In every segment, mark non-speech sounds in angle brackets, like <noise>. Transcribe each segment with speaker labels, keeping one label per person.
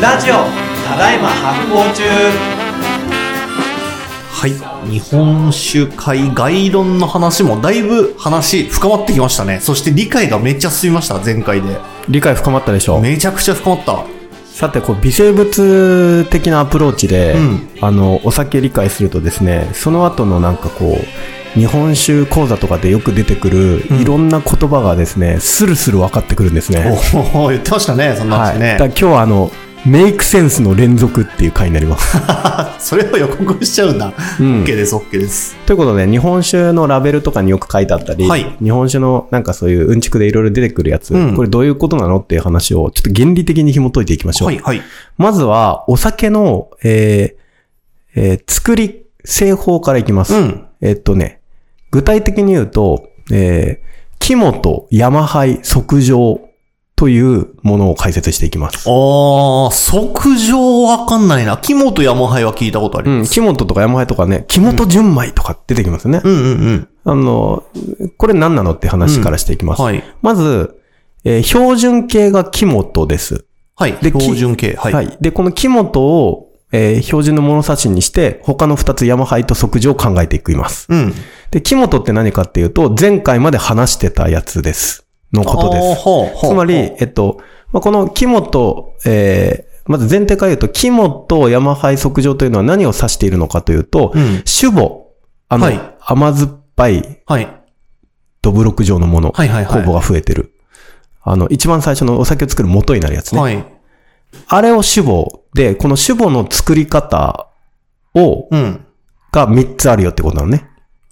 Speaker 1: ラジオただいま発行中
Speaker 2: はい。日本酒会概論の話もだいぶ話深まってきましたね。そして理解がめっちゃ進みました、前回で。
Speaker 3: 理解深まったでしょ
Speaker 2: めちゃくちゃ深まった。
Speaker 3: さてこう微生物的なアプローチで、
Speaker 2: うん
Speaker 3: あのお酒理解するとですねその後のなんかこう日本酒講座とかでよく出てくる、いろんな言葉がですねスルスル分かってくるんですね
Speaker 2: おお言ってましたね、そんな
Speaker 3: は
Speaker 2: 話
Speaker 3: い、
Speaker 2: ね
Speaker 3: だ。から今日はあのメイクセンスの連続っていう回になります
Speaker 2: それを予告しちゃうんだ。
Speaker 3: ん
Speaker 2: OK です、OK です。
Speaker 3: ということで日本酒のラベルとかによく書いてあったり、
Speaker 2: はい
Speaker 3: 日本酒のなんかそういううんちくでいろいろ出てくるやつ、
Speaker 2: うん
Speaker 3: これどういうことなのっていう話をちょっと原理的に紐解いていきましょう、
Speaker 2: はい、はい。
Speaker 3: まずは、お酒の、えーえー作り、製法からいきます。
Speaker 2: うん
Speaker 3: えっとね、具体的に言うと、えー、肝と山灰即上というものを解説していきます。
Speaker 2: あー、即上わかんないな。肝と山灰は聞いたことあり
Speaker 3: う
Speaker 2: ま
Speaker 3: ん、
Speaker 2: す。
Speaker 3: 肝ととか山灰とかね、肝と純米とか出てきますよね。
Speaker 2: うん、うん、うん。
Speaker 3: あの、これ何なのって話からしていきます。
Speaker 2: はい。
Speaker 3: まず、えー標準形が肝とです。
Speaker 2: はい。
Speaker 3: でき
Speaker 2: 標準形。はい。
Speaker 3: はい。で、この肝とを、えー標準の物差しにして、他の二つ山灰と即上を考えていきます。
Speaker 2: うん。
Speaker 3: で、肝とって何かっていうと、前回まで話してたやつです。のこと
Speaker 2: あー
Speaker 3: です。
Speaker 2: ほうほう
Speaker 3: つまり
Speaker 2: ほう、
Speaker 3: えっと、まあ、この肝と、えーまず前提から言うと、肝と山灰即上というのは何を指しているのかというと、
Speaker 2: うん
Speaker 3: 主母、あの、
Speaker 2: はい
Speaker 3: 甘酸っぱい
Speaker 2: はい。
Speaker 3: ドブロク状のもの、
Speaker 2: はいはいはい
Speaker 3: 酵母が増えてる。あの、一番最初のお酒を作る元になるやつね。
Speaker 2: はい。
Speaker 3: あれを主母で、この主母の作り方を、
Speaker 2: うん。
Speaker 3: が3つあるよってことなのね。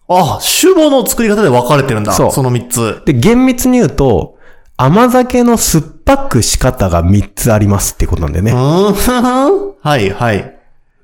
Speaker 2: あ、主語の作り方で分かれてるんだ。
Speaker 3: そう
Speaker 2: その3つ。
Speaker 3: で、厳密に言うと、甘酒の酸っぱく仕方が3つありますってことなんだよね。
Speaker 2: うーんふふん。はい、はい。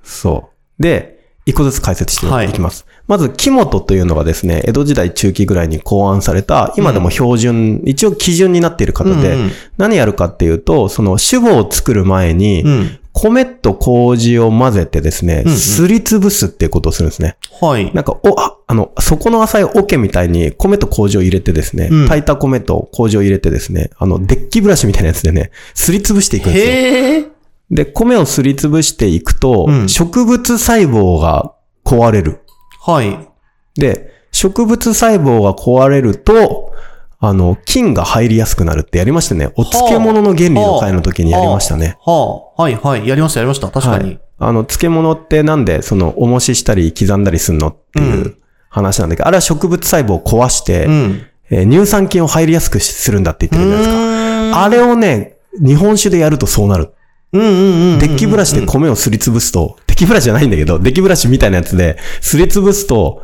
Speaker 3: そう。で、一個ずつ解説して
Speaker 2: はい
Speaker 3: いきます。まず、肝とというのがですね、江戸時代中期ぐらいに考案された、今でも標準、一応基準になっている方で、
Speaker 2: うんうん
Speaker 3: 何やるかっていうと、その主母を作る前に、
Speaker 2: うん。
Speaker 3: 米と麹を混ぜてですね、
Speaker 2: うん
Speaker 3: すりつぶすっていうことをするんですね。
Speaker 2: はい。
Speaker 3: なんか、お、ああの、底の浅い桶みたいに米と麹を入れてですね、
Speaker 2: うん
Speaker 3: 炊いた米と麹を入れてですね、あの、デッキブラシみたいなやつでね、すりつぶしていくんですよ。
Speaker 2: へえ。
Speaker 3: で、米をすりつぶしていくと、
Speaker 2: うん
Speaker 3: 植物細胞が壊れる。
Speaker 2: はい。
Speaker 3: で、植物細胞が壊れると、あの、菌が入りやすくなるってやりましたね。お漬物の原理の回の時にやりましたね。
Speaker 2: はあ、はい、はい。やりました、やりました。確かに。
Speaker 3: あの、漬物ってなんで、その、重ししたり刻んだりすんのっていうう話なんだけど、あれは植物細胞を壊して、
Speaker 2: うん。
Speaker 3: えー乳酸菌を入りやすくするんだって言ってるじゃない
Speaker 2: う
Speaker 3: です
Speaker 2: ーん
Speaker 3: か。あれをね、日本酒でやるとそうなる。
Speaker 2: うんうんうんうん。
Speaker 3: デッキブラシで米をすりつぶすと、デッキブラシじゃないんだけど、デッキブラシみたいなやつですりつぶすと、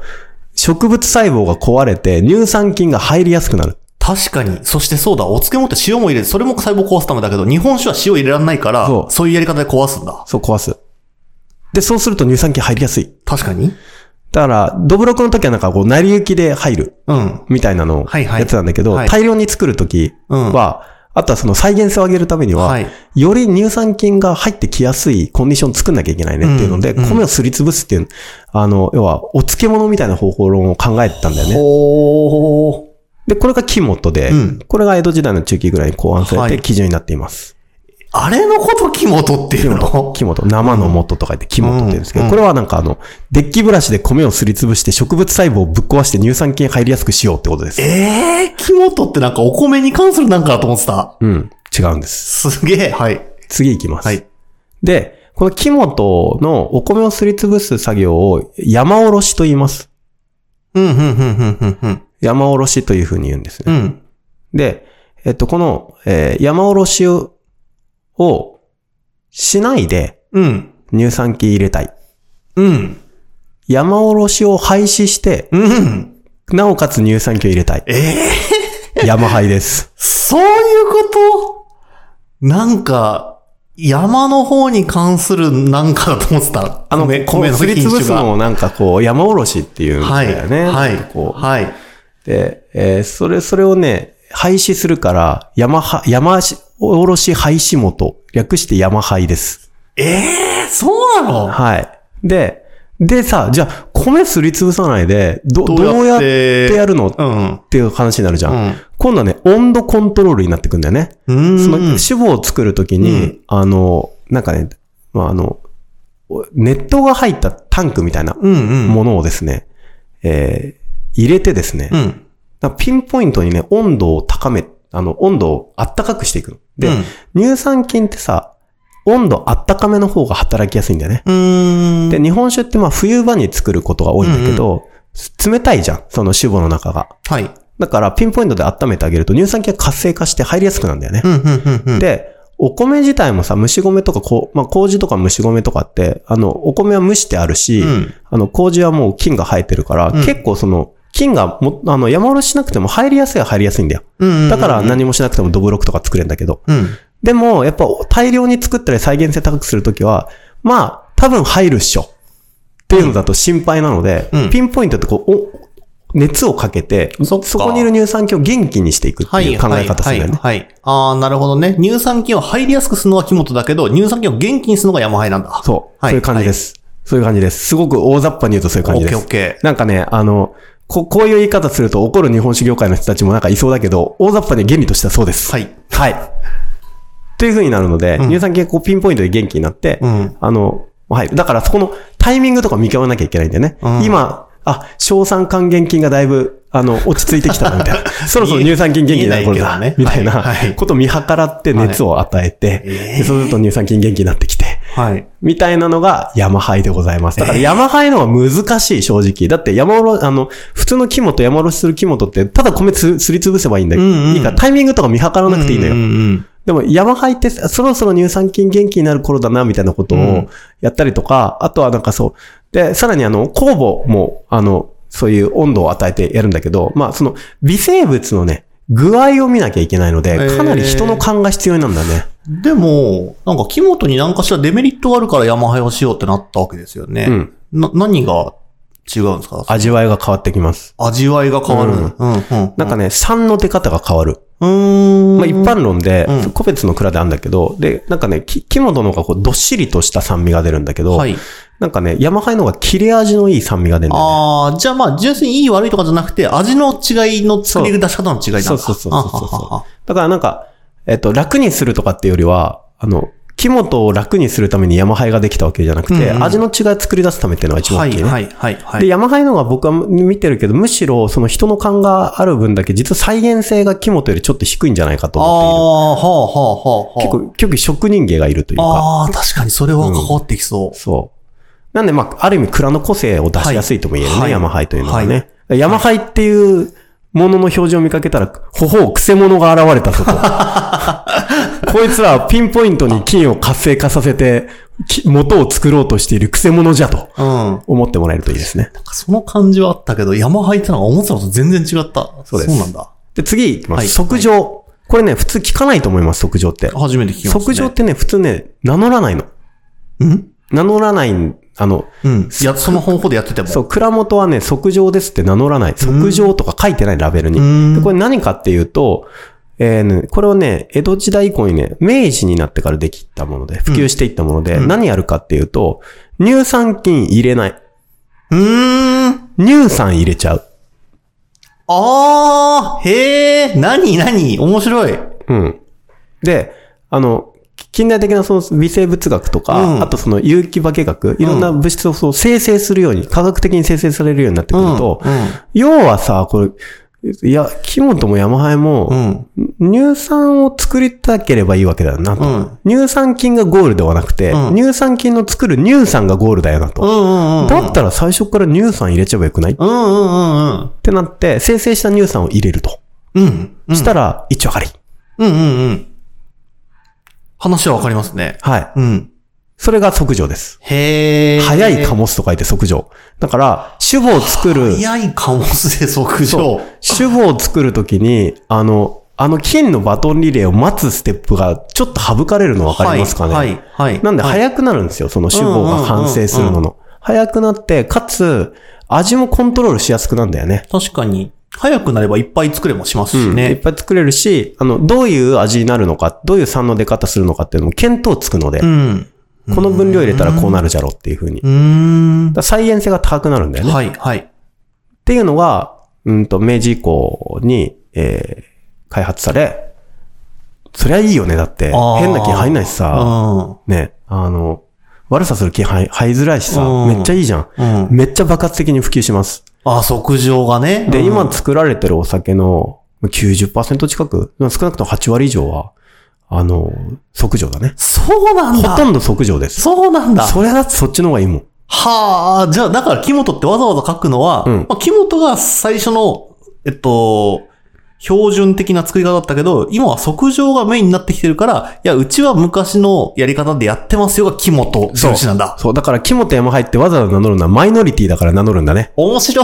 Speaker 3: 植物細胞が壊れて乳酸菌が入りやすくなる。
Speaker 2: 確かに。そしてそうだ、お漬物って塩も入れて、それも細胞壊すためだけど、日本酒は塩入れられないから、そ
Speaker 3: そうう
Speaker 2: いうやり方で壊すんだ。
Speaker 3: そう壊す。で、そうすると乳酸菌入りやすい。
Speaker 2: 確かに。
Speaker 3: だから、ドブロクの時はなんかこう、成り行きで入る。
Speaker 2: うん。
Speaker 3: みたいなのを
Speaker 2: はいはい
Speaker 3: やってたんだけど、
Speaker 2: はい
Speaker 3: 大量に作るときは、あとはその再現性を上げるためには、
Speaker 2: はい
Speaker 3: より乳酸菌が入ってきやすいコンディションを作んなきゃいけないねっていうので、
Speaker 2: うんうん
Speaker 3: 米をすりつぶすっていう、あの、要は、お漬物みたいな方法論を考えてたんだよね。
Speaker 2: ほー。
Speaker 3: で、これが肝とで、
Speaker 2: うん
Speaker 3: これが江戸時代の中期ぐらいに考案さ
Speaker 2: は
Speaker 3: れ
Speaker 2: い
Speaker 3: て基準になっています。
Speaker 2: あれのこと、肝とっていうの
Speaker 3: 肝と、生の元と書いて肝とって言うんですけど、
Speaker 2: うん
Speaker 3: これはなんかあの、デッキブラシで米をすりつぶして植物細胞をぶっ壊して乳酸菌入りやすくしようってことです。
Speaker 2: ええー、肝とってなんかお米に関するなんかだと思ってた。
Speaker 3: うん、違うんです。
Speaker 2: すげえ、はい。
Speaker 3: 次行きます。
Speaker 2: はい
Speaker 3: で、この木本のお米をすりつぶす作業を山おろしと言います。
Speaker 2: うん、うん、うん、うん、うん、うん。
Speaker 3: 山おろしというふうに言うんです
Speaker 2: う
Speaker 3: ね。
Speaker 2: ん。
Speaker 3: で、えっと、この、えー山おろしををしないで
Speaker 2: うん。
Speaker 3: 乳酸菌入れたい。
Speaker 2: うん。
Speaker 3: 山おろしを廃止して、
Speaker 2: うん。
Speaker 3: なおかつ乳酸菌を入れたい。
Speaker 2: ええー、
Speaker 3: 山灰です。
Speaker 2: そういうことなんか、山の方に関するなんかだと思ってた。
Speaker 3: あ
Speaker 2: <laughs>
Speaker 3: の、
Speaker 2: 米
Speaker 3: こ
Speaker 2: 米
Speaker 3: う
Speaker 2: の
Speaker 3: すりつぶすのをなんかこう、山おろしっていうん
Speaker 2: は
Speaker 3: だ
Speaker 2: い。
Speaker 3: よね。
Speaker 2: はい。
Speaker 3: こう、
Speaker 2: はい。
Speaker 3: で、えーそれ、それをね、廃止するから、山は、山し、おろし廃止元、略して山廃です。
Speaker 2: ええー、そうなの
Speaker 3: はい。で、でさ、じゃあ、米すりつぶさないで、ど、
Speaker 2: ど
Speaker 3: ど
Speaker 2: うやって
Speaker 3: うやってやるのっ
Speaker 2: うん。
Speaker 3: ていう話になるじゃん。
Speaker 2: うん
Speaker 3: 今度はね、温度コントロールになってくんだよね。
Speaker 2: うーん。
Speaker 3: その、脂肪を作るときに、
Speaker 2: う
Speaker 3: あの、なんかね、まあ、あの、熱湯が入ったタンクみたいな
Speaker 2: うんうん。
Speaker 3: ものをですね、えー入れてですね、
Speaker 2: うん。
Speaker 3: だからピンポイントにね、温度を高め、あの、温度を暖かくしていくの。で、
Speaker 2: うん
Speaker 3: 乳酸菌ってさ、温度暖かめの方が働きやすいんだよね。
Speaker 2: うーん。
Speaker 3: で、日本酒ってまあ冬場に作ることが多いんだけど、冷たいじゃん、その酒母の中が。
Speaker 2: はい。
Speaker 3: だから、ピンポイントで温めてあげると乳酸菌が活性化して入りやすくなるんだよね。
Speaker 2: うん、うん、うん、うん。
Speaker 3: で、お米自体もさ、蒸し米とかこう、まあ、麹とか蒸し米とかって、あの、お米は蒸してあるし、
Speaker 2: うん
Speaker 3: あの、麹はもう菌が生えてるから、
Speaker 2: ん
Speaker 3: 結構その、菌がも、あの、山おろししなくても入りやすいは入りやすいんだよ。
Speaker 2: うん。
Speaker 3: だから何もしなくてもドブロックとか作れるんだけど。
Speaker 2: うん。
Speaker 3: でも、やっぱ大量に作ったり再現性高くするときは、まあ、多分入るっしょ。っていうのだと心配なので、
Speaker 2: うん
Speaker 3: ピンポイントってこう、お熱をかけて、
Speaker 2: そっ
Speaker 3: そ
Speaker 2: か
Speaker 3: こにいる乳酸菌を元気にしていくって
Speaker 2: はいい、
Speaker 3: う考え方するんだよね。
Speaker 2: はい、はい。あー、なるほどね。乳酸菌を入りやすくするのは木本だけど、乳酸菌を元気にするのが山灰なんだ。
Speaker 3: そう。
Speaker 2: はい
Speaker 3: そういう感じです、そういう感じです。すごく大雑把に言うとそういう感
Speaker 2: オ
Speaker 3: じ
Speaker 2: ッ
Speaker 3: で
Speaker 2: ケ
Speaker 3: す。
Speaker 2: ーオッケー。
Speaker 3: なんかね、あの、こ、こういう言い方すると怒る日本酒業界の人たちもなんかいそうだけど、大雑把に原理としてはそうです。
Speaker 2: はい。
Speaker 3: はい。という風になるので、乳酸菌がこうピンポイントで元気になって、
Speaker 2: ん
Speaker 3: あの、はい。だからそこのタイミングとか見極めなきゃいけないんだよね。
Speaker 2: うん
Speaker 3: 今、あ、硝酸還元菌がだいぶ、あの、落ち着いてきたな、みたいな。 <laughs> そろそろ乳酸菌元気になる頃だ、
Speaker 2: 見えないけ
Speaker 3: み
Speaker 2: どね
Speaker 3: たいな
Speaker 2: はいはい
Speaker 3: ことを見計らって熱を与えて、
Speaker 2: え
Speaker 3: でそうすると乳酸菌元気になってきて、
Speaker 2: はい。
Speaker 3: みたいなのが山ハイでございます。だから山ハイの方が難しい、正直。だって山おろ、あの、普通の肝と山おろしする肝とって、ただ米つすりつぶせばいいんだけど、
Speaker 2: うんうん
Speaker 3: いいからタイミングとか見計らなくていいのよ。
Speaker 2: うんうん
Speaker 3: でも山ハイってさそろそろ乳酸菌元気になる頃だな、みたいなこと
Speaker 2: う
Speaker 3: を
Speaker 2: ん
Speaker 3: やったりとか、あとはなんかそう。で、さらにあの、酵母も、あの、そういう温度を与えてやるんだけど、まあその微生物のね、具合を見なきゃいけないので、かなり人の勘が必要になるんだね。
Speaker 2: うん。でも、なんか木本に何かしらデメリットがあるから山灰をしようってなったわけですよね。
Speaker 3: うん
Speaker 2: な、何が違うんですか
Speaker 3: 味わいが変わってきます。
Speaker 2: 味わいが変わる。
Speaker 3: う
Speaker 2: うんん、うん、うん。
Speaker 3: なんかね、酸の出方が変わる。
Speaker 2: うーん。
Speaker 3: まあ、一般論で、
Speaker 2: うん
Speaker 3: 個別の蔵であるんだけど、で、なんかね、き木本の方がこう、どっしりとした酸味が出るんだけど、
Speaker 2: はい。
Speaker 3: なんかね、山ハイの方が切れ味のいい酸味が出るんだよね。
Speaker 2: ああ、じゃあまあ、純粋にいい悪いとかじゃなくて、味の違いの作り出し方の違いなんだ。
Speaker 3: そうそうそうそうそう
Speaker 2: あははは
Speaker 3: だからなんか、えっと、楽にするとかっていうよりは、あの、木本を楽にするために山ハイができたわけじゃなくて、
Speaker 2: うんうん
Speaker 3: 味の違いを作り出すためっていうのが一番
Speaker 2: は
Speaker 3: 大きい
Speaker 2: い
Speaker 3: ね。
Speaker 2: はいはいは
Speaker 3: で、
Speaker 2: い。
Speaker 3: 山ハイの方が僕は見てるけど、むしろその人の感がある分だけ、実は再現性が木本よりちょっと低いんじゃないかと
Speaker 2: ああ、
Speaker 3: 思っ
Speaker 2: はあはあはあ。
Speaker 3: ている。結構、結構職人芸がいるというか。
Speaker 2: ああ、確かにそれは関わってきそう。
Speaker 3: そう。なんで、まあ、ある意味、蔵の個性を出しやすいとも言えるね、
Speaker 2: はい
Speaker 3: ヤマハイというのは
Speaker 2: は
Speaker 3: ね。ヤマハイっていうものの表情を見かけたら、ほほう、くせ者が現れたぞ
Speaker 2: <laughs>
Speaker 3: と。こいつらはピンポイントに金を活性化させて、き元を作ろうとしているくせ者じゃと
Speaker 2: うん。
Speaker 3: 思ってもらえるといいですね。
Speaker 2: なんかその感じはあったけど、山入ってのが思ってたのと全然違った。
Speaker 3: そうです
Speaker 2: そうなんだ。
Speaker 3: で、次行きま
Speaker 2: は
Speaker 3: す。
Speaker 2: い
Speaker 3: 即情。これね、普通聞かないと思います、即情って。
Speaker 2: 初めて聞きました、ね。
Speaker 3: 即情ってね、普通ね、名乗らないの。
Speaker 2: ん
Speaker 3: 名乗らないん、あの、
Speaker 2: うん。いや、その方法でやってても。
Speaker 3: そう、蔵元はね、即上ですって名乗らない。即上とか書いてないラベル
Speaker 2: うん
Speaker 3: に。でこれ何かっていうと、えーねこれをね、江戸時代以降にね、明治になってからできたもので、普及していったもので、何やるかっていうと、乳酸菌入れない。
Speaker 2: う。ーん。
Speaker 3: 乳酸入れちゃう。
Speaker 2: ああ、へえ、なになに面白い。
Speaker 3: うん。で、あの、近代的なその微生物学とか、
Speaker 2: うん
Speaker 3: あとその有機化学、いろんな物質をそう生成するように、科学的に生成されるようになってくると、
Speaker 2: うんうん
Speaker 3: 要はさ、これ、いや、木本も山ハイも、
Speaker 2: うん。
Speaker 3: 乳酸を作りたければいいわけだよなと。
Speaker 2: うん
Speaker 3: 乳酸菌がゴールではなくて、
Speaker 2: うん
Speaker 3: 乳酸菌の作る乳酸がゴールだよな
Speaker 2: う
Speaker 3: と。
Speaker 2: んうんうん。
Speaker 3: だったら最初から乳酸入れちゃえばよくないっ
Speaker 2: うんうんうんうん。
Speaker 3: てなって、生成した乳酸を入れると。
Speaker 2: うん。
Speaker 3: したら、一丁上がり。
Speaker 2: うんうんうん。話はわかりますね。
Speaker 3: はい。
Speaker 2: うん。
Speaker 3: それが即上です。
Speaker 2: へえ。
Speaker 3: 早い。カモスと書いて即上。だから、主母を作る、
Speaker 2: 早いかもすで即
Speaker 3: そ
Speaker 2: 上
Speaker 3: う。主母を作るときに、あの、あの金のバトンリレーを待つステップがちょっと省かれるのわかりますかね。
Speaker 2: はい、はいはい。
Speaker 3: なんで早くなるんですよ、その主語が完成する
Speaker 2: うんう
Speaker 3: もの。早くなって、かつ、味もコントロールしやすくなるんだよね。
Speaker 2: 確かに、早くなればいっぱい作れもしますし
Speaker 3: いっ
Speaker 2: ね。
Speaker 3: ぱい作れるし、あの、どういう味になるのか、どういう酸の出方するのかっていうのも見当つくので、
Speaker 2: うん。
Speaker 3: この分量入れたらこうなるじゃろうっていうふうに。だか
Speaker 2: うーん。
Speaker 3: ら再現性が高くなるんだよね。
Speaker 2: はい、はい。
Speaker 3: っていうのが、うんと、明治以降に、えー、開発され、そりゃいいよね、だって。
Speaker 2: あー
Speaker 3: 変な菌入んない
Speaker 2: う
Speaker 3: しさ、
Speaker 2: ん。
Speaker 3: ね。あの、悪さする気配、生えづらいしさ、
Speaker 2: うん
Speaker 3: めっちゃいいじゃん。
Speaker 2: うん。
Speaker 3: めっちゃ爆発的に普及します。
Speaker 2: あ、即上がね。
Speaker 3: で、
Speaker 2: うん
Speaker 3: 今作られてるお酒の90%近く、まあ少なくとも8割以上は、あの、即上だね。
Speaker 2: そうなん
Speaker 3: ほと
Speaker 2: だ。
Speaker 3: んど即上です。
Speaker 2: そうなんだ。
Speaker 3: それだってそっちの方がいいもん。
Speaker 2: はあ、じゃあ、だから、木本ってわざわざ書くのは、
Speaker 3: うん
Speaker 2: まあ、木本が最初の、えっと、標準的な作り方だったけど、今は即上がメインになってきてるから、いや、うちは昔のやり方でやってますよが木本重視なんだ。
Speaker 3: そう、だから、木本山入ってわざわざ名乗るのはマイノリティだから名乗るんだね。
Speaker 2: 面白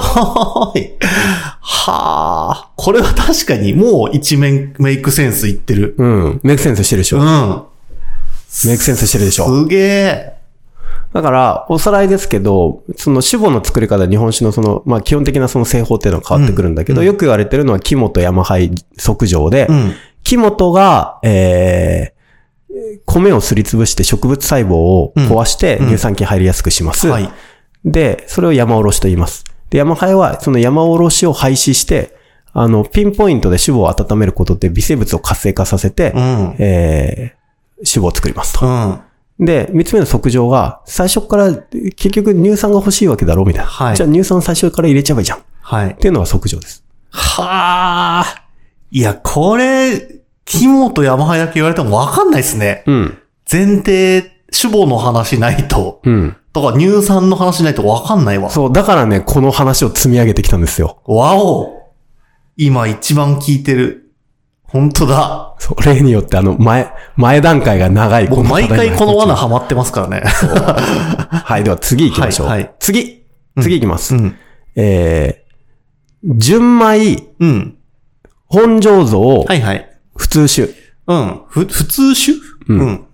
Speaker 2: い。はあ、これは確かにもう一面メイクセンスいってる。
Speaker 3: うん。メイクセンスしてるでし
Speaker 2: う
Speaker 3: ょ。
Speaker 2: ん。
Speaker 3: メイクセンスしてるでしょ。
Speaker 2: すげえ。
Speaker 3: だから、おさらいですけど、その死母の作り方、日本酒のその、まあ基本的なその製法っていうのは変わってくるんだけど、
Speaker 2: うん
Speaker 3: よく言われてるのは木本山杯即上で、
Speaker 2: うん。
Speaker 3: 木本が、えー、米をすりつぶして植物細胞を壊して
Speaker 2: うん
Speaker 3: 乳酸菌入りやすくします。
Speaker 2: はい。
Speaker 3: で、それを山おろしと言います。で、山灰は、その山おろしを廃止して、あの、ピンポイントで脂肪を温めることで微生物を活性化させて、
Speaker 2: うん。
Speaker 3: えー、脂肪を作りますと。
Speaker 2: うん。
Speaker 3: で、三つ目の測定が、最初から、結局乳酸が欲しいわけだろ、みたいな。
Speaker 2: はい
Speaker 3: じゃあ乳酸最初から入れちゃえばいいじゃん。っ
Speaker 2: はい。
Speaker 3: ていうのが測定です。
Speaker 2: はあ。いや、これ、キモとヤマハだけ言われてもわかんないですね。
Speaker 3: うん。
Speaker 2: 前提、脂肪の話ないと、
Speaker 3: うん。
Speaker 2: とか乳酸の話ないとわかんないわ。
Speaker 3: そう、だからね、この話を積み上げてきたんですよ。
Speaker 2: わお今一番聞いてる。本当だ。
Speaker 3: そう、例によってあの、前、前段階が長い。
Speaker 2: 僕毎回この罠
Speaker 3: 話。
Speaker 2: ハマってますからね。
Speaker 3: はい、では次行きましょう。
Speaker 2: はいはい
Speaker 3: 次次行きます。
Speaker 2: うん。
Speaker 3: えー、純米、
Speaker 2: うん。
Speaker 3: 本醸造
Speaker 2: は、いはい。
Speaker 3: 普通酒っ
Speaker 2: うん。ふ、普通酒
Speaker 3: うん
Speaker 2: うん。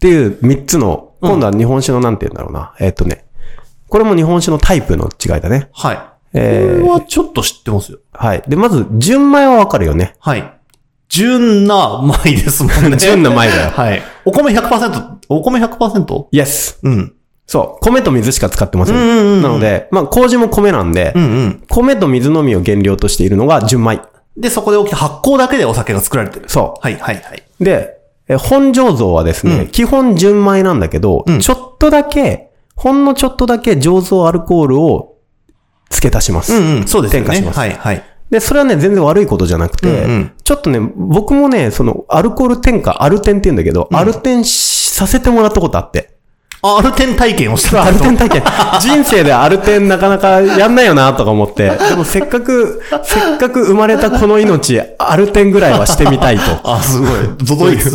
Speaker 3: ていう三つの、
Speaker 2: うん
Speaker 3: 今度は日本酒のなんて言うんだろうな。えーっとね、これも日本酒のタイプの違いだね。
Speaker 2: はい。
Speaker 3: えー
Speaker 2: これはちょっと知ってますよ。
Speaker 3: はい。で、まず、純米はわかる
Speaker 2: <laughs>
Speaker 3: よね。
Speaker 2: はい。純な米ですもんね。
Speaker 3: <laughs> 純な米だよ。
Speaker 2: はい。お米100%、お米 100%?
Speaker 3: イエス。
Speaker 2: うん。
Speaker 3: そう。米と水しか使ってません。
Speaker 2: うんうんうん
Speaker 3: なので、まあ、麹も米なんで、
Speaker 2: うんうん。
Speaker 3: 米と水のみを原料としているのが純米。
Speaker 2: で、そこで起きた発酵だけでお酒が作られてる。
Speaker 3: そう。
Speaker 2: はいはいはい。
Speaker 3: で、え本醸造はですね、
Speaker 2: うん
Speaker 3: 基本純米なんだけど、
Speaker 2: うん
Speaker 3: ちょっとだけ、ほんのちょっとだけ醸造アルコールを付け足します。
Speaker 2: うんうん。そうですよ
Speaker 3: 添加
Speaker 2: ね。
Speaker 3: します
Speaker 2: はいはい。
Speaker 3: で、それはね、全然悪いことじゃなくて、
Speaker 2: うんうん
Speaker 3: ちょっとね、僕もね、その、アルコール添加、アルテンって言うんだけど、アルテンしさせてもらったことあって。
Speaker 2: あアルテン体験をした
Speaker 3: アルテン体験。人生でアルテンなかなかやんないよなとか思って。でもせっかく、せっかく生まれたこの命、アルテンぐらいはしてみたいと。
Speaker 2: あ、すごい。ゾゾイス。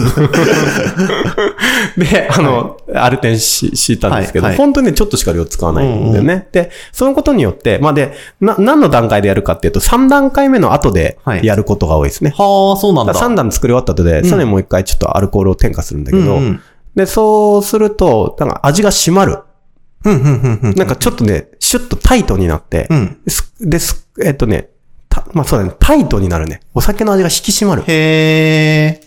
Speaker 3: で、あの、アルテンし、敷いたんですけど、
Speaker 2: はいはい
Speaker 3: 本当にね、ちょっとしか量使わないんだよね。で、そのことによって、まあで、な、何の段階でやるかっていうと、3段階目の後で
Speaker 2: はい
Speaker 3: やることが多いですね。
Speaker 2: はあ、そうなんだ。
Speaker 3: 3段作り終わった後で、さらにもう一回ちょっとアルコールを添加するんだけ
Speaker 2: う
Speaker 3: ど、
Speaker 2: んうん
Speaker 3: で、そうすると、なんか味が締まる。
Speaker 2: うんうんうんうん。
Speaker 3: なんかちょっとね、シュッとタイトになって、
Speaker 2: うん
Speaker 3: すです、えっとね、たまあそうだね、タイトになるね。お酒の味が引き締まる。
Speaker 2: へえ。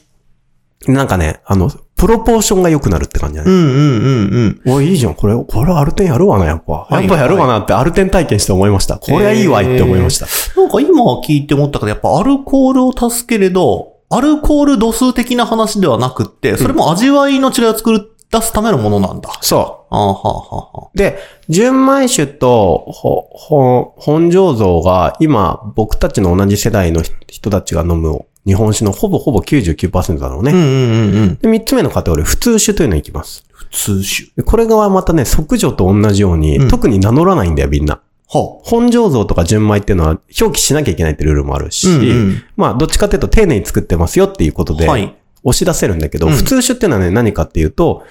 Speaker 3: なんかね、あの、プロポーションが良くなるって感じだね。
Speaker 2: うんうんうんうん。
Speaker 3: おい、いいじゃん。これ、これアルテンやるわな、やっぱ。
Speaker 2: い
Speaker 3: やっぱやるわなってアルテン体験して思いました。これはいいわいって思いました。
Speaker 2: なんか今聞いて思ったけど、やっぱアルコールを足すけれど、アルコール度数的な話ではなくって、それも味わいの違いを作る、出すためのものなんだ。
Speaker 3: そ
Speaker 2: あーはあはあはあ。
Speaker 3: う。で、純米酒と、ほ、ほ、本醸造が、今、僕たちの同じ世代の人人たちが飲む日本酒のほぼほぼ99%だろうね。
Speaker 2: うんうんうん。
Speaker 3: で、三つ目のカテゴリー、普通酒というのに行きます。
Speaker 2: 普通酒。
Speaker 3: でこれがまたね、即女と同じように、
Speaker 2: うん
Speaker 3: 特に名乗らないんだよ、みんな。
Speaker 2: は
Speaker 3: 本醸造とか純米っていうのは、表記しなきゃいけないってルールもあるし、
Speaker 2: うんうん
Speaker 3: まあ、どっちかっていうと丁寧に作ってますよっていうことで、
Speaker 2: はい。 <laughs>
Speaker 3: 押し出せるんだけど、
Speaker 2: うん
Speaker 3: 普通酒ってのはね、何かっていうと、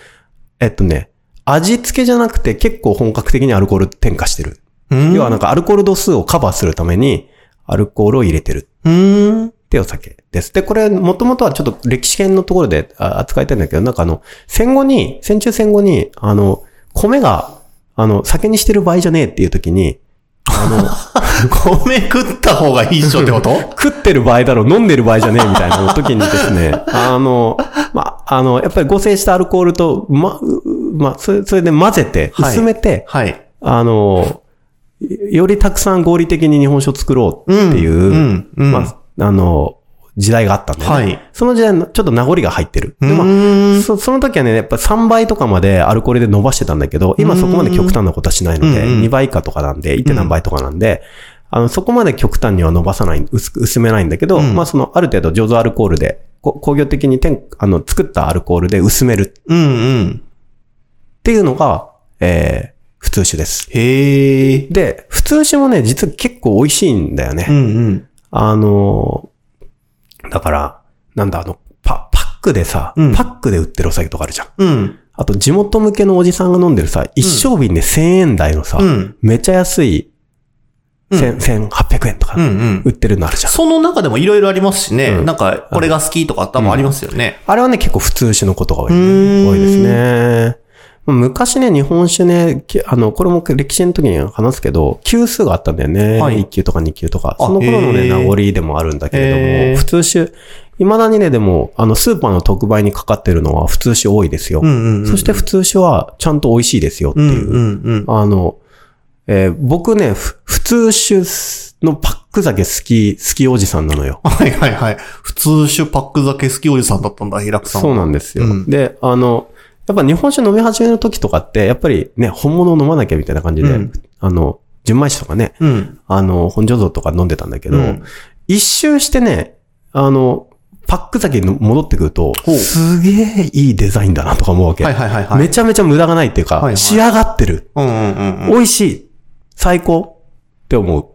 Speaker 3: えっとね、味付けじゃなくて結構本格的にアルコール添加してる。
Speaker 2: うん
Speaker 3: 要はなんかアルコール度数をカバーするために、アルコールを入れてる
Speaker 2: うーん。
Speaker 3: ってお酒です。で、これ、もともとはちょっと歴史圏のところであ扱いたいんだけど、なんかあの、戦後に、戦中戦後に、あの、米が、あの、酒にしてる場合じゃねえっていう時に、
Speaker 2: 米食った方がいいっしょってこと
Speaker 3: <laughs> 食ってる場合だろ、飲んでる場合じゃねえみたいな時にですね、
Speaker 2: <laughs>
Speaker 3: あの、ま、あの、やっぱり合成したアルコールと、ま、うま、それそれで混ぜて、
Speaker 2: はい
Speaker 3: 薄めて、
Speaker 2: はい。
Speaker 3: あの、よりたくさん合理的に日本酒を作ろうっていう、
Speaker 2: うんうんうん
Speaker 3: まあ、あの、時代があったんだよね。
Speaker 2: はい
Speaker 3: その時代のちょっと名残が入ってる。
Speaker 2: う
Speaker 3: でも、
Speaker 2: ーん
Speaker 3: そその時はね、やっぱ3倍とかまでアルコールで伸ばしてたんだけど、今そこまで極端なことはしないので、
Speaker 2: うんうん
Speaker 3: 2倍以下とかなんで、1. 何倍とかなんで、あの、そこまで極端には伸ばさない、薄く薄めないんだけど、
Speaker 2: うん
Speaker 3: まあその、ある程度醸造アルコールで、こ工業的に天あの、作ったアルコールで薄めるっ
Speaker 2: うんうん。
Speaker 3: ていうのが、えー、普通酒です。
Speaker 2: へえ。
Speaker 3: で、普通酒もね、実は結構美味しいんだよね。
Speaker 2: うんうん。
Speaker 3: あのー、だから、なんだ、あの、パ、パックでさ、
Speaker 2: うん
Speaker 3: パックで売ってるお酒とかあるじゃん。
Speaker 2: うん。
Speaker 3: あと、地元向けのおじさんが飲んでるさ、一升瓶で1000円台のさ、
Speaker 2: うん。
Speaker 3: めっちゃ安い、
Speaker 2: うん
Speaker 3: 1000 1800円とか
Speaker 2: うんう、ん
Speaker 3: 売。ってるのあるじゃん。
Speaker 2: その中でもいろいろありますしね。
Speaker 3: うん
Speaker 2: なんか、これが好きとか多分ありますよね。
Speaker 3: あれはね、結構普通酒のことが多い、
Speaker 2: うーん
Speaker 3: 多いですね。昔ね、日本酒ね、きあの、これも歴史の時に話すけど、級数があったんだよね。
Speaker 2: はい
Speaker 3: 1級とか2級とか。
Speaker 2: あ
Speaker 3: その頃の
Speaker 2: へ
Speaker 3: ね、
Speaker 2: ー
Speaker 3: 名残でもあるんだけれ
Speaker 2: へ
Speaker 3: ど
Speaker 2: ー
Speaker 3: も、普通酒、未だにね、でも、あの、スーパーの特売にかかってるのは普通酒多いですよ。
Speaker 2: んうん
Speaker 3: そして普通酒はちゃんと美味しいですよって
Speaker 2: うん
Speaker 3: いう。
Speaker 2: うんうん。
Speaker 3: あの、えー僕ね、ふ普通酒のパック酒好き、好きおじさんなのよ。
Speaker 2: はいはいはい。普通酒パック酒好きおじさんだったんだ、平子さん。
Speaker 3: そうなんですよ。
Speaker 2: うん
Speaker 3: で、あの、やっぱ日本酒飲み始めの時とかって、やっぱりね、本物を飲まなきゃみたいな感じで、
Speaker 2: うん
Speaker 3: あの、純米酒とかね、
Speaker 2: うん。
Speaker 3: あの、本醸造とか飲んでたんだけど、
Speaker 2: うん
Speaker 3: 一周してね、あの、パック酒に戻ってくると、
Speaker 2: ほう
Speaker 3: すげえいいデザインだなとか思うわけ。
Speaker 2: はいはいはいはい。
Speaker 3: めちゃめちゃ無駄がないっていうか、
Speaker 2: はいはい
Speaker 3: 仕上がってる。
Speaker 2: うんうんうん。
Speaker 3: 美味しい。最高。って思う。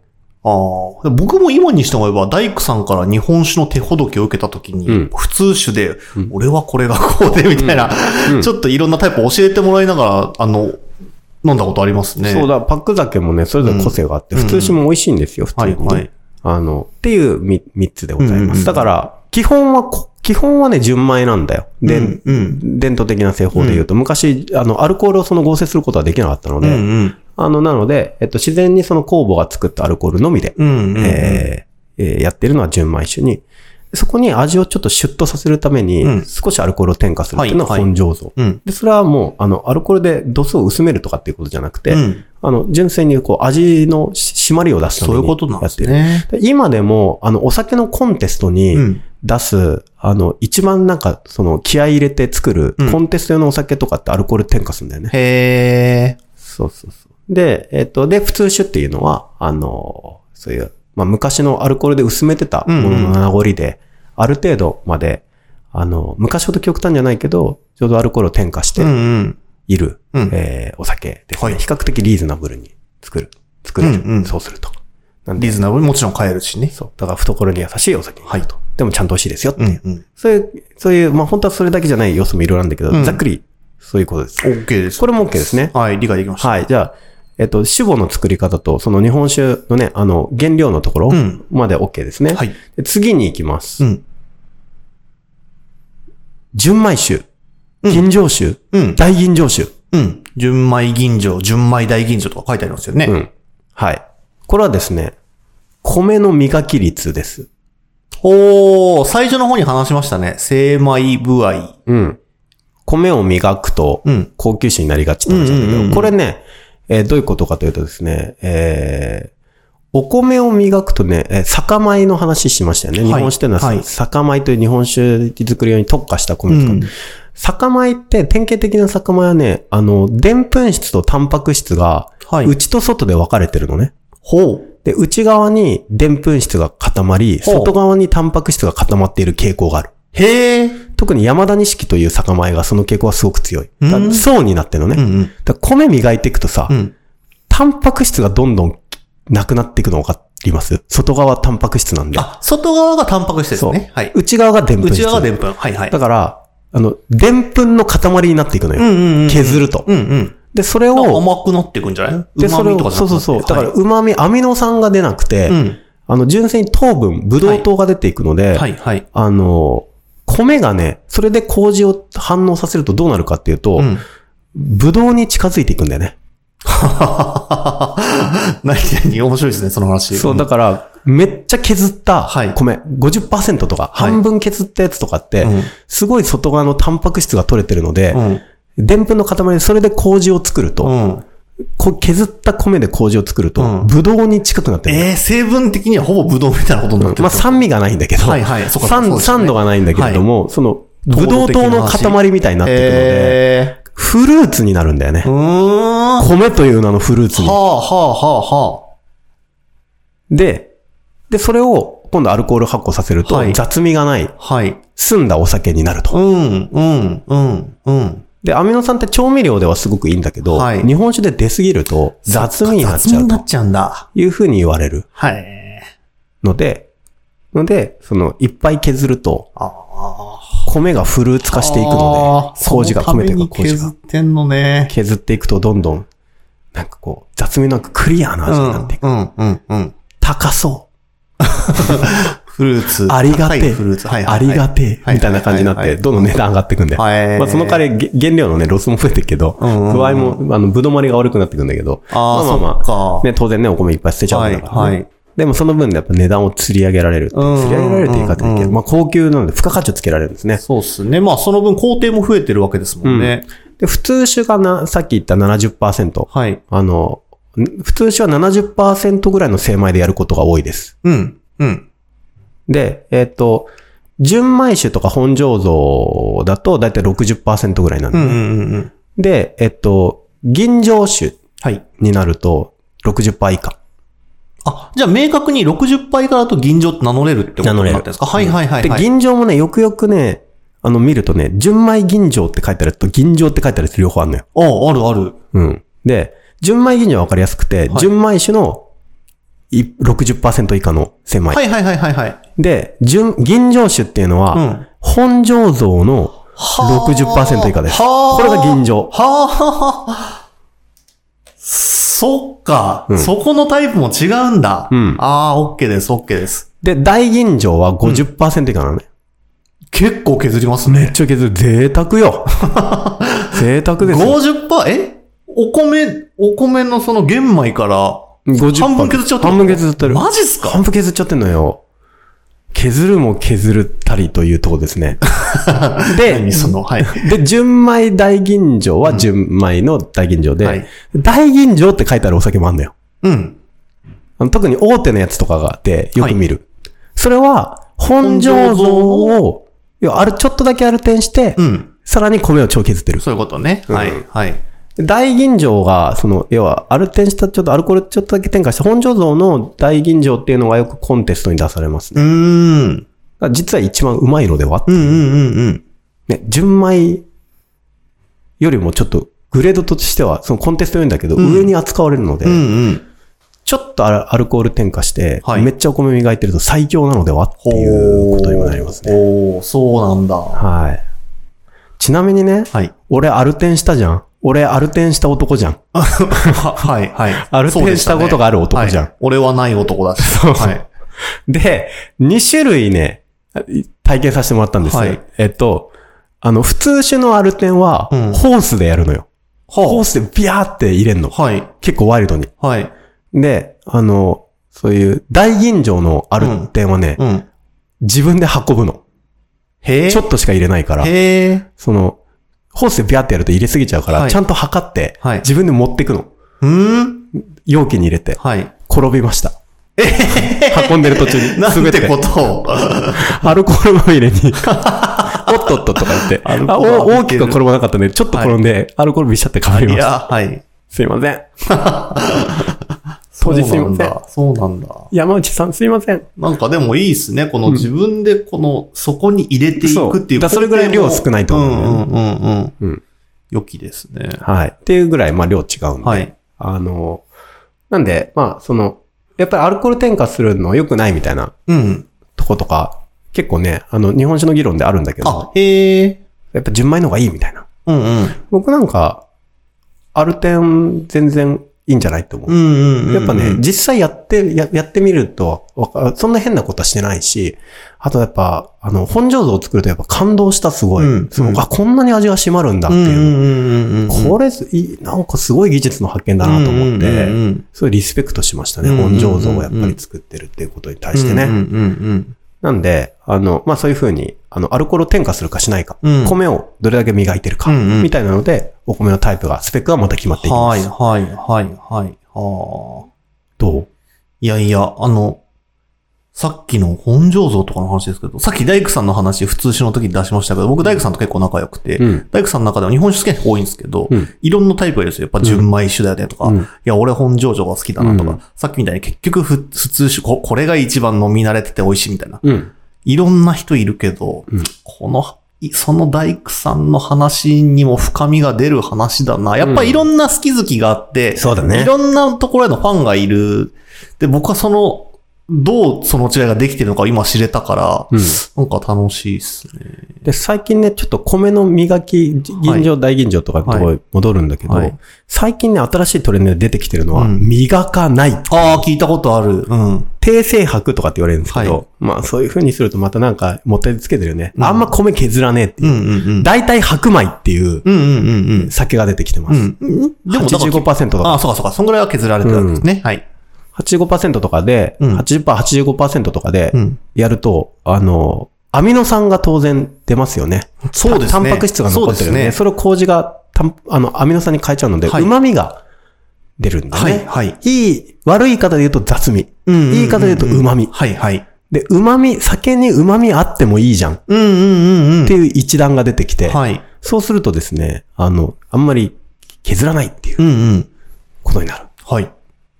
Speaker 2: ああ。僕も今にして思えば、大工さんから日本酒の手ほどきを受けたときに、
Speaker 3: うん
Speaker 2: 普通酒で、
Speaker 3: うん
Speaker 2: 俺はこれがこうで、みたいな、
Speaker 3: うん
Speaker 2: ちょっといろんなタイプ教えてもらいながら、あの、飲んだことありますね。
Speaker 3: そうだ、パック酒もね、それぞれ個性があって、
Speaker 2: うん
Speaker 3: 普通酒も美味しいんですよ、普通にね、
Speaker 2: はいはい
Speaker 3: あの、っていうみ三つでございま
Speaker 2: う
Speaker 3: す。
Speaker 2: んうんうん
Speaker 3: だから、基本はこ、基本はね、純米なんだよ。で、
Speaker 2: うんうん。
Speaker 3: 伝統的な製法で言うと、昔、あの、アルコールをその合成することはできなかったの
Speaker 2: う
Speaker 3: で、
Speaker 2: んうん。
Speaker 3: あの、なので、えっと、自然にその酵母が作ったアルコールのみで、
Speaker 2: うんうん。
Speaker 3: えーえーやってるのは純米酒に、そこに味をちょっとシュッとさせるために、
Speaker 2: うん
Speaker 3: 少しアルコールを添加するっていうのは
Speaker 2: はいはい
Speaker 3: 本醸造。
Speaker 2: うん。
Speaker 3: で、それはもう、あの、アルコールで度数を薄めるとかっていうことじゃなくて、
Speaker 2: うん
Speaker 3: あの、純粋にこう、味のし締まりを出すため
Speaker 2: そう
Speaker 3: に
Speaker 2: いうことなんです
Speaker 3: やって
Speaker 2: ね。
Speaker 3: る。で今でも、あの、お酒のコンテスト
Speaker 2: う
Speaker 3: に
Speaker 2: ん。
Speaker 3: 出す、あの、一番なんか、その、気合い入れて作る、
Speaker 2: うん
Speaker 3: コンテスト用のお酒とかってアルコール添加するんだよね。
Speaker 2: へー。
Speaker 3: そうそうそう。で、えっと、で、普通酒っていうのは、あの、そういう、まあ、昔のアルコールで薄めてたものの名残で、ある程度まで、あの、昔ほど極端じゃないけど、ちょうどアルコールを添加して、
Speaker 2: うんうん。
Speaker 3: いる、
Speaker 2: うん
Speaker 3: えーお酒ですね、
Speaker 2: はい
Speaker 3: 比較的リーズナブルに作る。作れる。
Speaker 2: うんうん
Speaker 3: そうすると。なんで、
Speaker 2: リーズナブルにもちろん買えるしね。
Speaker 3: そう。だから懐に優しいお酒になると。でもちゃんと美味しいですよって
Speaker 2: う
Speaker 3: いうん
Speaker 2: うん。
Speaker 3: そういう、そういう、まあ本当はそれだけじゃない要素もいろいろあるんだけど、
Speaker 2: うん
Speaker 3: ざっくり、そういうことです。
Speaker 2: OK です。
Speaker 3: これも OK ですね。
Speaker 2: はい、理解できました。
Speaker 3: はい。じゃあ、えっと、酒母の作り方と、その日本酒のね、あの、原料のところ
Speaker 2: うん
Speaker 3: まで OK ですね。
Speaker 2: はい。
Speaker 3: で次に行きます。
Speaker 2: うん。
Speaker 3: 純米酒、
Speaker 2: うん
Speaker 3: 吟醸酒、
Speaker 2: うん。
Speaker 3: 大吟醸酒。
Speaker 2: うん。純米吟醸、純米大吟醸とか書いてありますよね。
Speaker 3: うん。はい。これはですね、米の磨き率です。
Speaker 2: おー、最初の方に話しましたね。精米部合。
Speaker 3: うん。米を磨くと
Speaker 2: うん、
Speaker 3: 高級酒になりがちなんだけ
Speaker 2: うんうんうんうん
Speaker 3: ど、これね、えーどういうことかというとですね、えーお米を磨くとね、えー酒米の話しましたよね。
Speaker 2: はい
Speaker 3: 日本酒っていうのは、
Speaker 2: はい
Speaker 3: 酒米という日本酒作り用に特化した米ですから、
Speaker 2: うん
Speaker 3: 酒米って典型的な酒米はね、あの、でんぷん質とタンパク質が、
Speaker 2: はい
Speaker 3: 内と外で分かれてるのね。
Speaker 2: ほう。
Speaker 3: で、内側にでんぷん質が固まり、
Speaker 2: ほう
Speaker 3: 外側にタンパク質が固まっている傾向がある。
Speaker 2: へー。
Speaker 3: 特に山田錦という酒米がその傾向はすごく強い。
Speaker 2: ん
Speaker 3: だから層になってるのね。
Speaker 2: うん
Speaker 3: だから米磨いていくとさ、
Speaker 2: うん。うん。
Speaker 3: タンパク質がどんどんなくなっていくの分かります外側タンパク質なんで。
Speaker 2: あ、外側がタンパク質です
Speaker 3: そう。
Speaker 2: ね。はい。
Speaker 3: 内側がでんぷん質。
Speaker 2: 内側がでんぷん。はいはい。
Speaker 3: だから、あの、でんぷんの塊になっていくのよ。
Speaker 2: うんうんうん
Speaker 3: 削ると。
Speaker 2: うんうん。
Speaker 3: で、それを、
Speaker 2: 甘くなっていくんじゃない
Speaker 3: で、
Speaker 2: 旨
Speaker 3: それ
Speaker 2: 味と
Speaker 3: を、
Speaker 2: かじゃな
Speaker 3: そ
Speaker 2: くなって
Speaker 3: うそうそう。だから、
Speaker 2: は
Speaker 3: 旨味、アミノ酸が出なくて、
Speaker 2: いうん。
Speaker 3: あの、純粋に糖分、ブドウ糖が出ていくので、
Speaker 2: はいはい。
Speaker 3: あの、米がね、それで麹を反応させるとどうなるかっていうと、
Speaker 2: うん。
Speaker 3: ブドウに近づいていくんだよね。
Speaker 2: <laughs> 何何面白いですね、その話。
Speaker 3: そう、だから、めっちゃ削った
Speaker 2: はい
Speaker 3: 米、50%とか、
Speaker 2: はい
Speaker 3: 半分削ったやつとかって、
Speaker 2: うん
Speaker 3: すごい外側のタンパク質が取れてるので
Speaker 2: う、ん。
Speaker 3: でんぷんの塊でそれで麹を作ると、
Speaker 2: うん。
Speaker 3: こ削った米で麹を作ると、
Speaker 2: うん
Speaker 3: ブドウに近くなってる。
Speaker 2: えー、成分的にはほぼブドウみたいなことになってる。
Speaker 3: まあ酸味がないんだけど、
Speaker 2: はいはいそうかそうです
Speaker 3: 酸
Speaker 2: ね
Speaker 3: 酸度がないんだけれども、その、ブドウ糖の塊みたいになってくるので、
Speaker 2: え
Speaker 3: フルーツになるんだよね
Speaker 2: ー、う。ーん。は
Speaker 3: 米という名のフルーツ
Speaker 2: あ、は
Speaker 3: に。
Speaker 2: あ、はあ、は
Speaker 3: で、で、それを今度アルコール発酵させると
Speaker 2: はい
Speaker 3: 雑味がない、
Speaker 2: あ。はい。
Speaker 3: 澄んだお酒になる
Speaker 2: う
Speaker 3: と。
Speaker 2: ん、うん、うん、うん。
Speaker 3: で、アミノ酸って調味料ではすごくいいんだけど、
Speaker 2: はい
Speaker 3: 日本酒で出すぎると雑味になっちゃ
Speaker 2: 雑味
Speaker 3: う
Speaker 2: にな
Speaker 3: と
Speaker 2: っちゃうんだ。
Speaker 3: いうふうに言われる
Speaker 2: はい。
Speaker 3: ので、ので、その、いっぱい削ると、
Speaker 2: ああ。
Speaker 3: 米がフルーツ化していくので、麹が、
Speaker 2: その
Speaker 3: 米
Speaker 2: た
Speaker 3: とい
Speaker 2: め
Speaker 3: う
Speaker 2: に
Speaker 3: か麹
Speaker 2: 削
Speaker 3: が
Speaker 2: ってんのね。
Speaker 3: 削っていくとどんどん、なんかこう、雑味のなくクリアな
Speaker 2: う
Speaker 3: 味に
Speaker 2: ん、
Speaker 3: なっていく。
Speaker 2: うん、うん、うん。
Speaker 3: 高そ
Speaker 2: フルーツ。
Speaker 3: う。あり
Speaker 2: 高
Speaker 3: がて
Speaker 2: い
Speaker 3: え。
Speaker 2: フルーツ。はい、
Speaker 3: あ
Speaker 2: はい。
Speaker 3: りがてえ。
Speaker 2: はい
Speaker 3: みたいな感じになっ
Speaker 2: はいはいは
Speaker 3: て、
Speaker 2: い
Speaker 3: どんどん値段上がっていくんで。
Speaker 2: はい
Speaker 3: まあその代わり、げ原料のね、ロスも増えてるけど、
Speaker 2: うんうんうん
Speaker 3: 具合も、あの、ぶどまりが悪くなってくんだけど、
Speaker 2: あー
Speaker 3: まあまあ
Speaker 2: そ
Speaker 3: ま
Speaker 2: っ
Speaker 3: あ、
Speaker 2: か
Speaker 3: ね、当然ね、お米いっぱい捨てちゃうんだからね、
Speaker 2: はいはい
Speaker 3: でもその分でやっぱ値段を釣り上げられるっていう。
Speaker 2: うんうんうん
Speaker 3: 釣り上げられるって言い方だけど、まあ高級なので付加価値をつけられるんですね。
Speaker 2: そうっすね。まあ、その分工程も増えてるわけですもんね。
Speaker 3: で、普通酒がな、さっき言った70%。
Speaker 2: はい。
Speaker 3: あの、ん普通酒は70%ぐらいの精米でやることが多いです。
Speaker 2: うん、うん。
Speaker 3: で、えっ、と、純米酒とか本醸造だとだいたい60%ぐらいなんで
Speaker 2: うん、うん、うんうん。
Speaker 3: で、えっと、銀醸酒
Speaker 2: はい。
Speaker 3: になると60%以下。
Speaker 2: あ、じゃあ明確に60杯からだと銀醸って名乗れるってこと
Speaker 3: 名
Speaker 2: に
Speaker 3: 乗れる
Speaker 2: なってるんですかはいはいはい、
Speaker 3: で、
Speaker 2: はい。
Speaker 3: 銀醸もね、よくよくね、あの見るとね、純米銀醸って書いてあると、銀醸って書いてあるやつ両方あるのよ。
Speaker 2: あ、あるある。
Speaker 3: うん。で、純米銀醸はわかりやすくて、純米酒のい60%以下の精米。
Speaker 2: はいはいはいはいはい。
Speaker 3: で、純、銀醸酒っていうのは、
Speaker 2: うん
Speaker 3: 本醸造の
Speaker 2: はー
Speaker 3: 60%以下です。
Speaker 2: はー
Speaker 3: これが銀醸。
Speaker 2: はあ、そっか、そこのタイプも違うんだ。
Speaker 3: うん
Speaker 2: ああ、オッケーです、オッケーです。
Speaker 3: で、大吟醸は50%以下なのね。
Speaker 2: 結構削りますね。
Speaker 3: ちょいけど、贅
Speaker 2: <laughs>
Speaker 3: 沢よ。贅沢ですよ。
Speaker 2: 50%? えお米、お米のその玄米から、
Speaker 3: 50%
Speaker 2: 半分削っちゃってる
Speaker 3: 半分削ってる。
Speaker 2: マジっすか
Speaker 3: 半分削っちゃってんのよ。削るも削るたりというとこです
Speaker 2: <laughs>
Speaker 3: ね。で
Speaker 2: 何、その、はい。
Speaker 3: で、純米大吟醸は純米の大吟醸で、
Speaker 2: はい
Speaker 3: 大吟醸って書いてあるお酒もあるのよ。
Speaker 2: うん。
Speaker 3: あの特に大手のやつとかがあって、よく見る。それは、本醸造を、いや、ある、ちょっとだけアルテンして、
Speaker 2: うん。
Speaker 3: さらに米を超削ってる。
Speaker 2: そういうことね。はい、はい。
Speaker 3: 大吟醸が、その、要は、アルテンした、ちょっとアルコールちょっとだけ添加した、本醸造の大吟醸っていうのがよくコンテストに出されます
Speaker 2: う
Speaker 3: ね。
Speaker 2: ーん。
Speaker 3: 実は一番うまいのでは、
Speaker 2: うんうんうんうん。
Speaker 3: ね、純米よりもちょっと、グレードとしては、そのコンテストよりんだけど、上に扱われるので、
Speaker 2: うんうん。
Speaker 3: ちょっとアルアルコール添加して、
Speaker 2: はい
Speaker 3: めっちゃお米磨いてると最強なのではっていうことにもなりますね。
Speaker 2: おー、そうなんだ。は
Speaker 3: はい。ちなみにね、
Speaker 2: い。
Speaker 3: 俺アルテンしたじゃん。俺アルテンした男じゃん。
Speaker 2: <laughs> はい、はい。
Speaker 3: アルテンしたことがある男じゃん
Speaker 2: はい俺はない男だし。はい。
Speaker 3: で、2種類ね、体験させてもらったんですよ。
Speaker 2: はい
Speaker 3: えっと、あの、普通種のアルテンは、
Speaker 2: うん
Speaker 3: ホースでやるのよ。ホースでビャーって入れんの。
Speaker 2: はい。
Speaker 3: 結構ワイルドに。
Speaker 2: はい。
Speaker 3: で、あの、そういう大吟醸のアルテンはね、
Speaker 2: うん。
Speaker 3: 自分で運ぶの。
Speaker 2: へえ。
Speaker 3: ちょっとしか入れないから。
Speaker 2: へえ。
Speaker 3: その、ホースでビャーってやると入れすぎちゃうから、
Speaker 2: はい
Speaker 3: ちゃんと測って、
Speaker 2: はい
Speaker 3: 自分で持ってくの。
Speaker 2: うーん。
Speaker 3: 容器に入れて、
Speaker 2: はい。
Speaker 3: 転びました。運んでる途中
Speaker 2: <laughs>
Speaker 3: に。
Speaker 2: なん
Speaker 3: 滑って
Speaker 2: ことを。
Speaker 3: アルコールまみれ <laughs> に。おっとっととか言って。
Speaker 2: アルコー
Speaker 3: あ
Speaker 2: ル
Speaker 3: お
Speaker 2: 浴びてる
Speaker 3: 大きくは転ばなかったね。ちょっと転んで、アルコールびしゃってか
Speaker 2: <laughs>
Speaker 3: ぶり
Speaker 2: い
Speaker 3: ました。
Speaker 2: や、はい。
Speaker 3: すいません。
Speaker 2: そ
Speaker 3: 当
Speaker 2: う
Speaker 3: 日すい
Speaker 2: なん
Speaker 3: ません。
Speaker 2: だ。そうなんだ。
Speaker 3: 山内さんすいません。
Speaker 2: なんかでもいいっすね。この自分でこの、そこに入れてい
Speaker 3: そ
Speaker 2: く
Speaker 3: う
Speaker 2: っていう
Speaker 3: だ
Speaker 2: 工程も。
Speaker 3: それぐらい量少ないと思うん
Speaker 2: うんうんうんう
Speaker 3: うんん。
Speaker 2: 良きですね。
Speaker 3: はい。っていうぐらい、まあ量違うんで。
Speaker 2: はい。
Speaker 3: あの、なんで、まあその、やっぱりアルコール添加するの良くないみたいな
Speaker 2: うん。
Speaker 3: とことか、結構ね、あの、日本酒の議論であるんだけど、
Speaker 2: あ、へえ。
Speaker 3: やっぱ純米の方がいいみたいな。
Speaker 2: うんうん。
Speaker 3: 僕なんか、アルテン全然いいんじゃないと思う
Speaker 2: う。んうんうん。
Speaker 3: やっぱね、、実際やって、ややってみるとわか、そんな変なことはしてないし、あとやっぱ、あの、本醸造を作るとやっぱ感動した、すごい。
Speaker 2: うん
Speaker 3: そのあ、こんなに味が締まるんだっ
Speaker 2: う
Speaker 3: て
Speaker 2: んうん
Speaker 3: いう。
Speaker 2: うんうんうん。
Speaker 3: これいい、なんかすごい技術の発見だなと思っ
Speaker 2: うんうんうんう
Speaker 3: て
Speaker 2: ん、
Speaker 3: そういうリスペクトしましたね。
Speaker 2: うんうんうん
Speaker 3: 本
Speaker 2: うん
Speaker 3: 醸造をやっぱり作ってるっていうことに対して
Speaker 2: うんう
Speaker 3: ね。
Speaker 2: んうんうん。
Speaker 3: なんで、あの、まあ、そういう風に、あの、アルコールを添加するかしないか、
Speaker 2: うん
Speaker 3: 米をどれだけ磨いてるか、
Speaker 2: うんうん
Speaker 3: みたいなので、お米のタイプが、スペックがまた決まっていきま
Speaker 2: はい、
Speaker 3: す。
Speaker 2: はい、はい、はい。はあ。
Speaker 3: どう
Speaker 2: いやいや、あの、さっきの本醸造とかの話ですけど、さっき大工さんの話、普通酒の時に出しましたけど、僕大工さんと結構仲良くて、
Speaker 3: うん。
Speaker 2: 大工さんの中でも日本酒好きな人多いんですけど、
Speaker 3: うん
Speaker 2: いろんなタイプがいるんですよ。やっぱ純米酒だよねとか、
Speaker 3: うん
Speaker 2: いや、俺本醸造が好きだなとか、
Speaker 3: うん
Speaker 2: さっきみたいに結局ふ普通酒こ、これが一番飲み慣れてて美味しいみたいな。
Speaker 3: うん。
Speaker 2: いろんな人いるけど、
Speaker 3: うん
Speaker 2: この、いその大工さんの話にも深みが出る話だな。やっぱいろんな好き好きがあって、
Speaker 3: そうだね
Speaker 2: いろんなところへのファンがいる。で、僕はその、どうその違いができてるのか今知れたから、
Speaker 3: うん
Speaker 2: なんか楽しいっすね。
Speaker 3: で、最近ね、ちょっと米の磨き、銀醸、大銀醸とかのところに戻るんだけど、
Speaker 2: はい
Speaker 3: 最近ね、新しいトレンドで出てきてるのは、
Speaker 2: うん
Speaker 3: 磨かない。
Speaker 2: ああ、聞いたことある。うん。
Speaker 3: 低性白とかって言われるんですけど、
Speaker 2: はい
Speaker 3: まあそういう風にするとまたなんかもったいつけてるよね。
Speaker 2: うん
Speaker 3: あんま米削らねえって
Speaker 2: う
Speaker 3: い
Speaker 2: ん
Speaker 3: う。
Speaker 2: うんうん。
Speaker 3: 大体白米っていう
Speaker 2: うんうんうん
Speaker 3: 酒が出てきてま
Speaker 2: う
Speaker 3: す。
Speaker 2: ん。うん。でもだから、
Speaker 3: 85%と
Speaker 2: あ
Speaker 3: か。
Speaker 2: あ、そうかそうか。そんぐらいは削られてるわけですね。はい。
Speaker 3: 85%とかで、
Speaker 2: うん
Speaker 3: 80%、85%とかで
Speaker 2: うん、
Speaker 3: やると、あの、アミノ酸が当然出ますよね。
Speaker 2: そうですね
Speaker 3: タンパク質が残ってるよ
Speaker 2: そうですね
Speaker 3: ね。それを麹がたん、あの、アミノ酸に変えちゃうので、
Speaker 2: はい
Speaker 3: 旨味が出るんだ
Speaker 2: はい、
Speaker 3: ね。
Speaker 2: はい。
Speaker 3: いい、悪い言い方で言うと雑味。
Speaker 2: うんうんうんうん
Speaker 3: 言い方で言うと旨味。
Speaker 2: はい、はい。
Speaker 3: で、旨味、酒に旨味あってもいいじゃん。っ
Speaker 2: うんうんうんうん。
Speaker 3: ていう一覧が出てきて、
Speaker 2: はい。
Speaker 3: そうするとですね、あの、あんまり削らないっていう
Speaker 2: うんうん。
Speaker 3: ことになる。
Speaker 2: はい。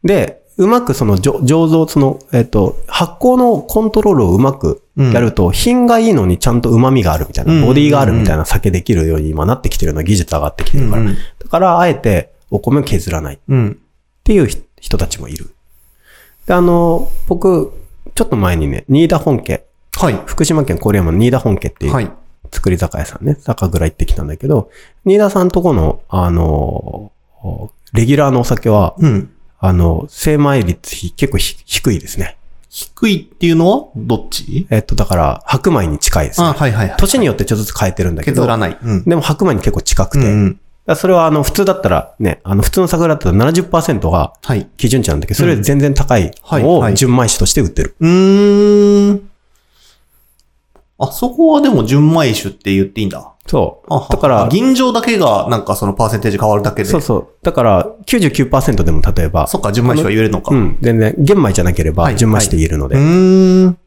Speaker 3: で、うまくその醸醸造、その、えっ、と、発酵のコントロールをうまくやると、品がいいのにちゃんと旨味があるみたいな、
Speaker 2: うん
Speaker 3: ボディがあるみたいな酒できるように今なってきてるの技術上がってきてるから。
Speaker 2: うんうん
Speaker 3: だから、あえてお米を削らないっ
Speaker 2: うん。
Speaker 3: ていうひ人たちもいる。で、あの、僕、ちょっと前にね、新田本家、
Speaker 2: はい。
Speaker 3: 福島県郡山の新田本家っていう
Speaker 2: はい。
Speaker 3: 作り酒屋さんね、酒蔵行ってきたんだけど、新田さんとこの、あの、レギュラーのお酒は、
Speaker 2: うん。
Speaker 3: あの、精米率ひ結構ひ低いですね。
Speaker 2: 低いっていうのはどっち
Speaker 3: えっと、だから、白米に近いです
Speaker 2: あ、
Speaker 3: ね。
Speaker 2: はいはいはい。
Speaker 3: 年によってちょっとずつ変えてるんだけど
Speaker 2: 削、らない。うん。
Speaker 3: でも白米に結構近く
Speaker 2: う
Speaker 3: て、
Speaker 2: んう
Speaker 3: だか
Speaker 2: ん。
Speaker 3: らそれはあの、普通だったらね、あの、普通の桜だったら70%が
Speaker 2: はい。
Speaker 3: 基準値なんだけど、それより全然高い
Speaker 2: うんはい
Speaker 3: の
Speaker 2: は
Speaker 3: を
Speaker 2: い
Speaker 3: 純米酒として売ってる。
Speaker 2: うーん。あそこはでも純米酒って言っていいんだ。
Speaker 3: そ
Speaker 2: あは
Speaker 3: う。だから、
Speaker 2: 銀醸だけがなんかそのパーセンテージ変わるだけで。
Speaker 3: そうそう。だから、99%でも例えば、
Speaker 2: そっか、純米酒は言えるのか。
Speaker 3: う、
Speaker 2: うん
Speaker 3: 全然、玄米じゃなけれ
Speaker 2: は
Speaker 3: ば
Speaker 2: い
Speaker 3: 純米酒で言えるので、
Speaker 2: ーん。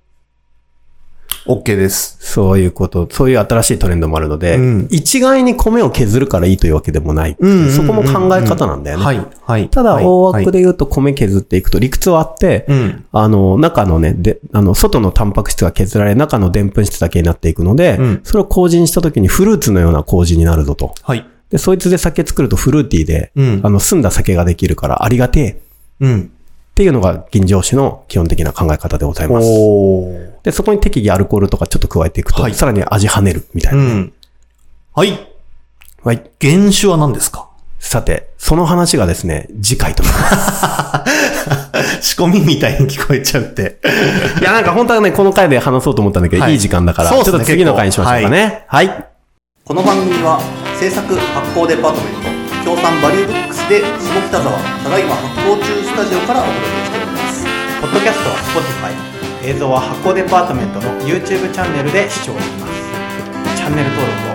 Speaker 2: OK です。
Speaker 3: そういうこと、そういう新しいトレンドもあるので、
Speaker 2: うん
Speaker 3: 一概に米を削るからいいというわけでもない、
Speaker 2: うんうんうんうん
Speaker 3: そこも考え方なんだよね。
Speaker 2: はい。はい。
Speaker 3: ただ、
Speaker 2: はい
Speaker 3: 大枠
Speaker 2: はい
Speaker 3: で言うと米削っていくと理屈はあって、
Speaker 2: うん。
Speaker 3: あの、中のね、で、あの、外のタンパク質が削られ、中のでんぷん質だけになっていくので、
Speaker 2: うん
Speaker 3: それを麹にした時にフルーツのような麹になるぞと。
Speaker 2: はい。
Speaker 3: で、そいつで酒作るとフルーティーで、
Speaker 2: うん
Speaker 3: あの、澄んだ酒ができるからありがてえっ
Speaker 2: うん。
Speaker 3: ていうのが銀醸酒の基本的な考え方でございます。
Speaker 2: おー。
Speaker 3: で、そこに適宜アルコールとかちょっと加えていくと、
Speaker 2: はい
Speaker 3: さらに味跳ねるみたいうな。
Speaker 2: ん。はい。
Speaker 3: はい。
Speaker 2: 原酒は何ですか <laughs>
Speaker 3: さて、その話がですね、次回となります。
Speaker 2: 仕込みみたいに聞こえちゃうって。
Speaker 3: いや、なんか本当はね、この回で話そうと思ったんだけど、
Speaker 2: はい
Speaker 3: い、い時間だから、
Speaker 2: そうっ
Speaker 3: ち
Speaker 2: すね
Speaker 3: ょっと次の回にしましょうかね。はい。
Speaker 1: この番組は制作発行デパートメント協賛バリューブックスで下北沢ただいま発行中スタジオからお届けしておりますポッドキャストは Spotify 映像は発行デパートメントの YouTube チャンネルで視聴できますチャンネル登録を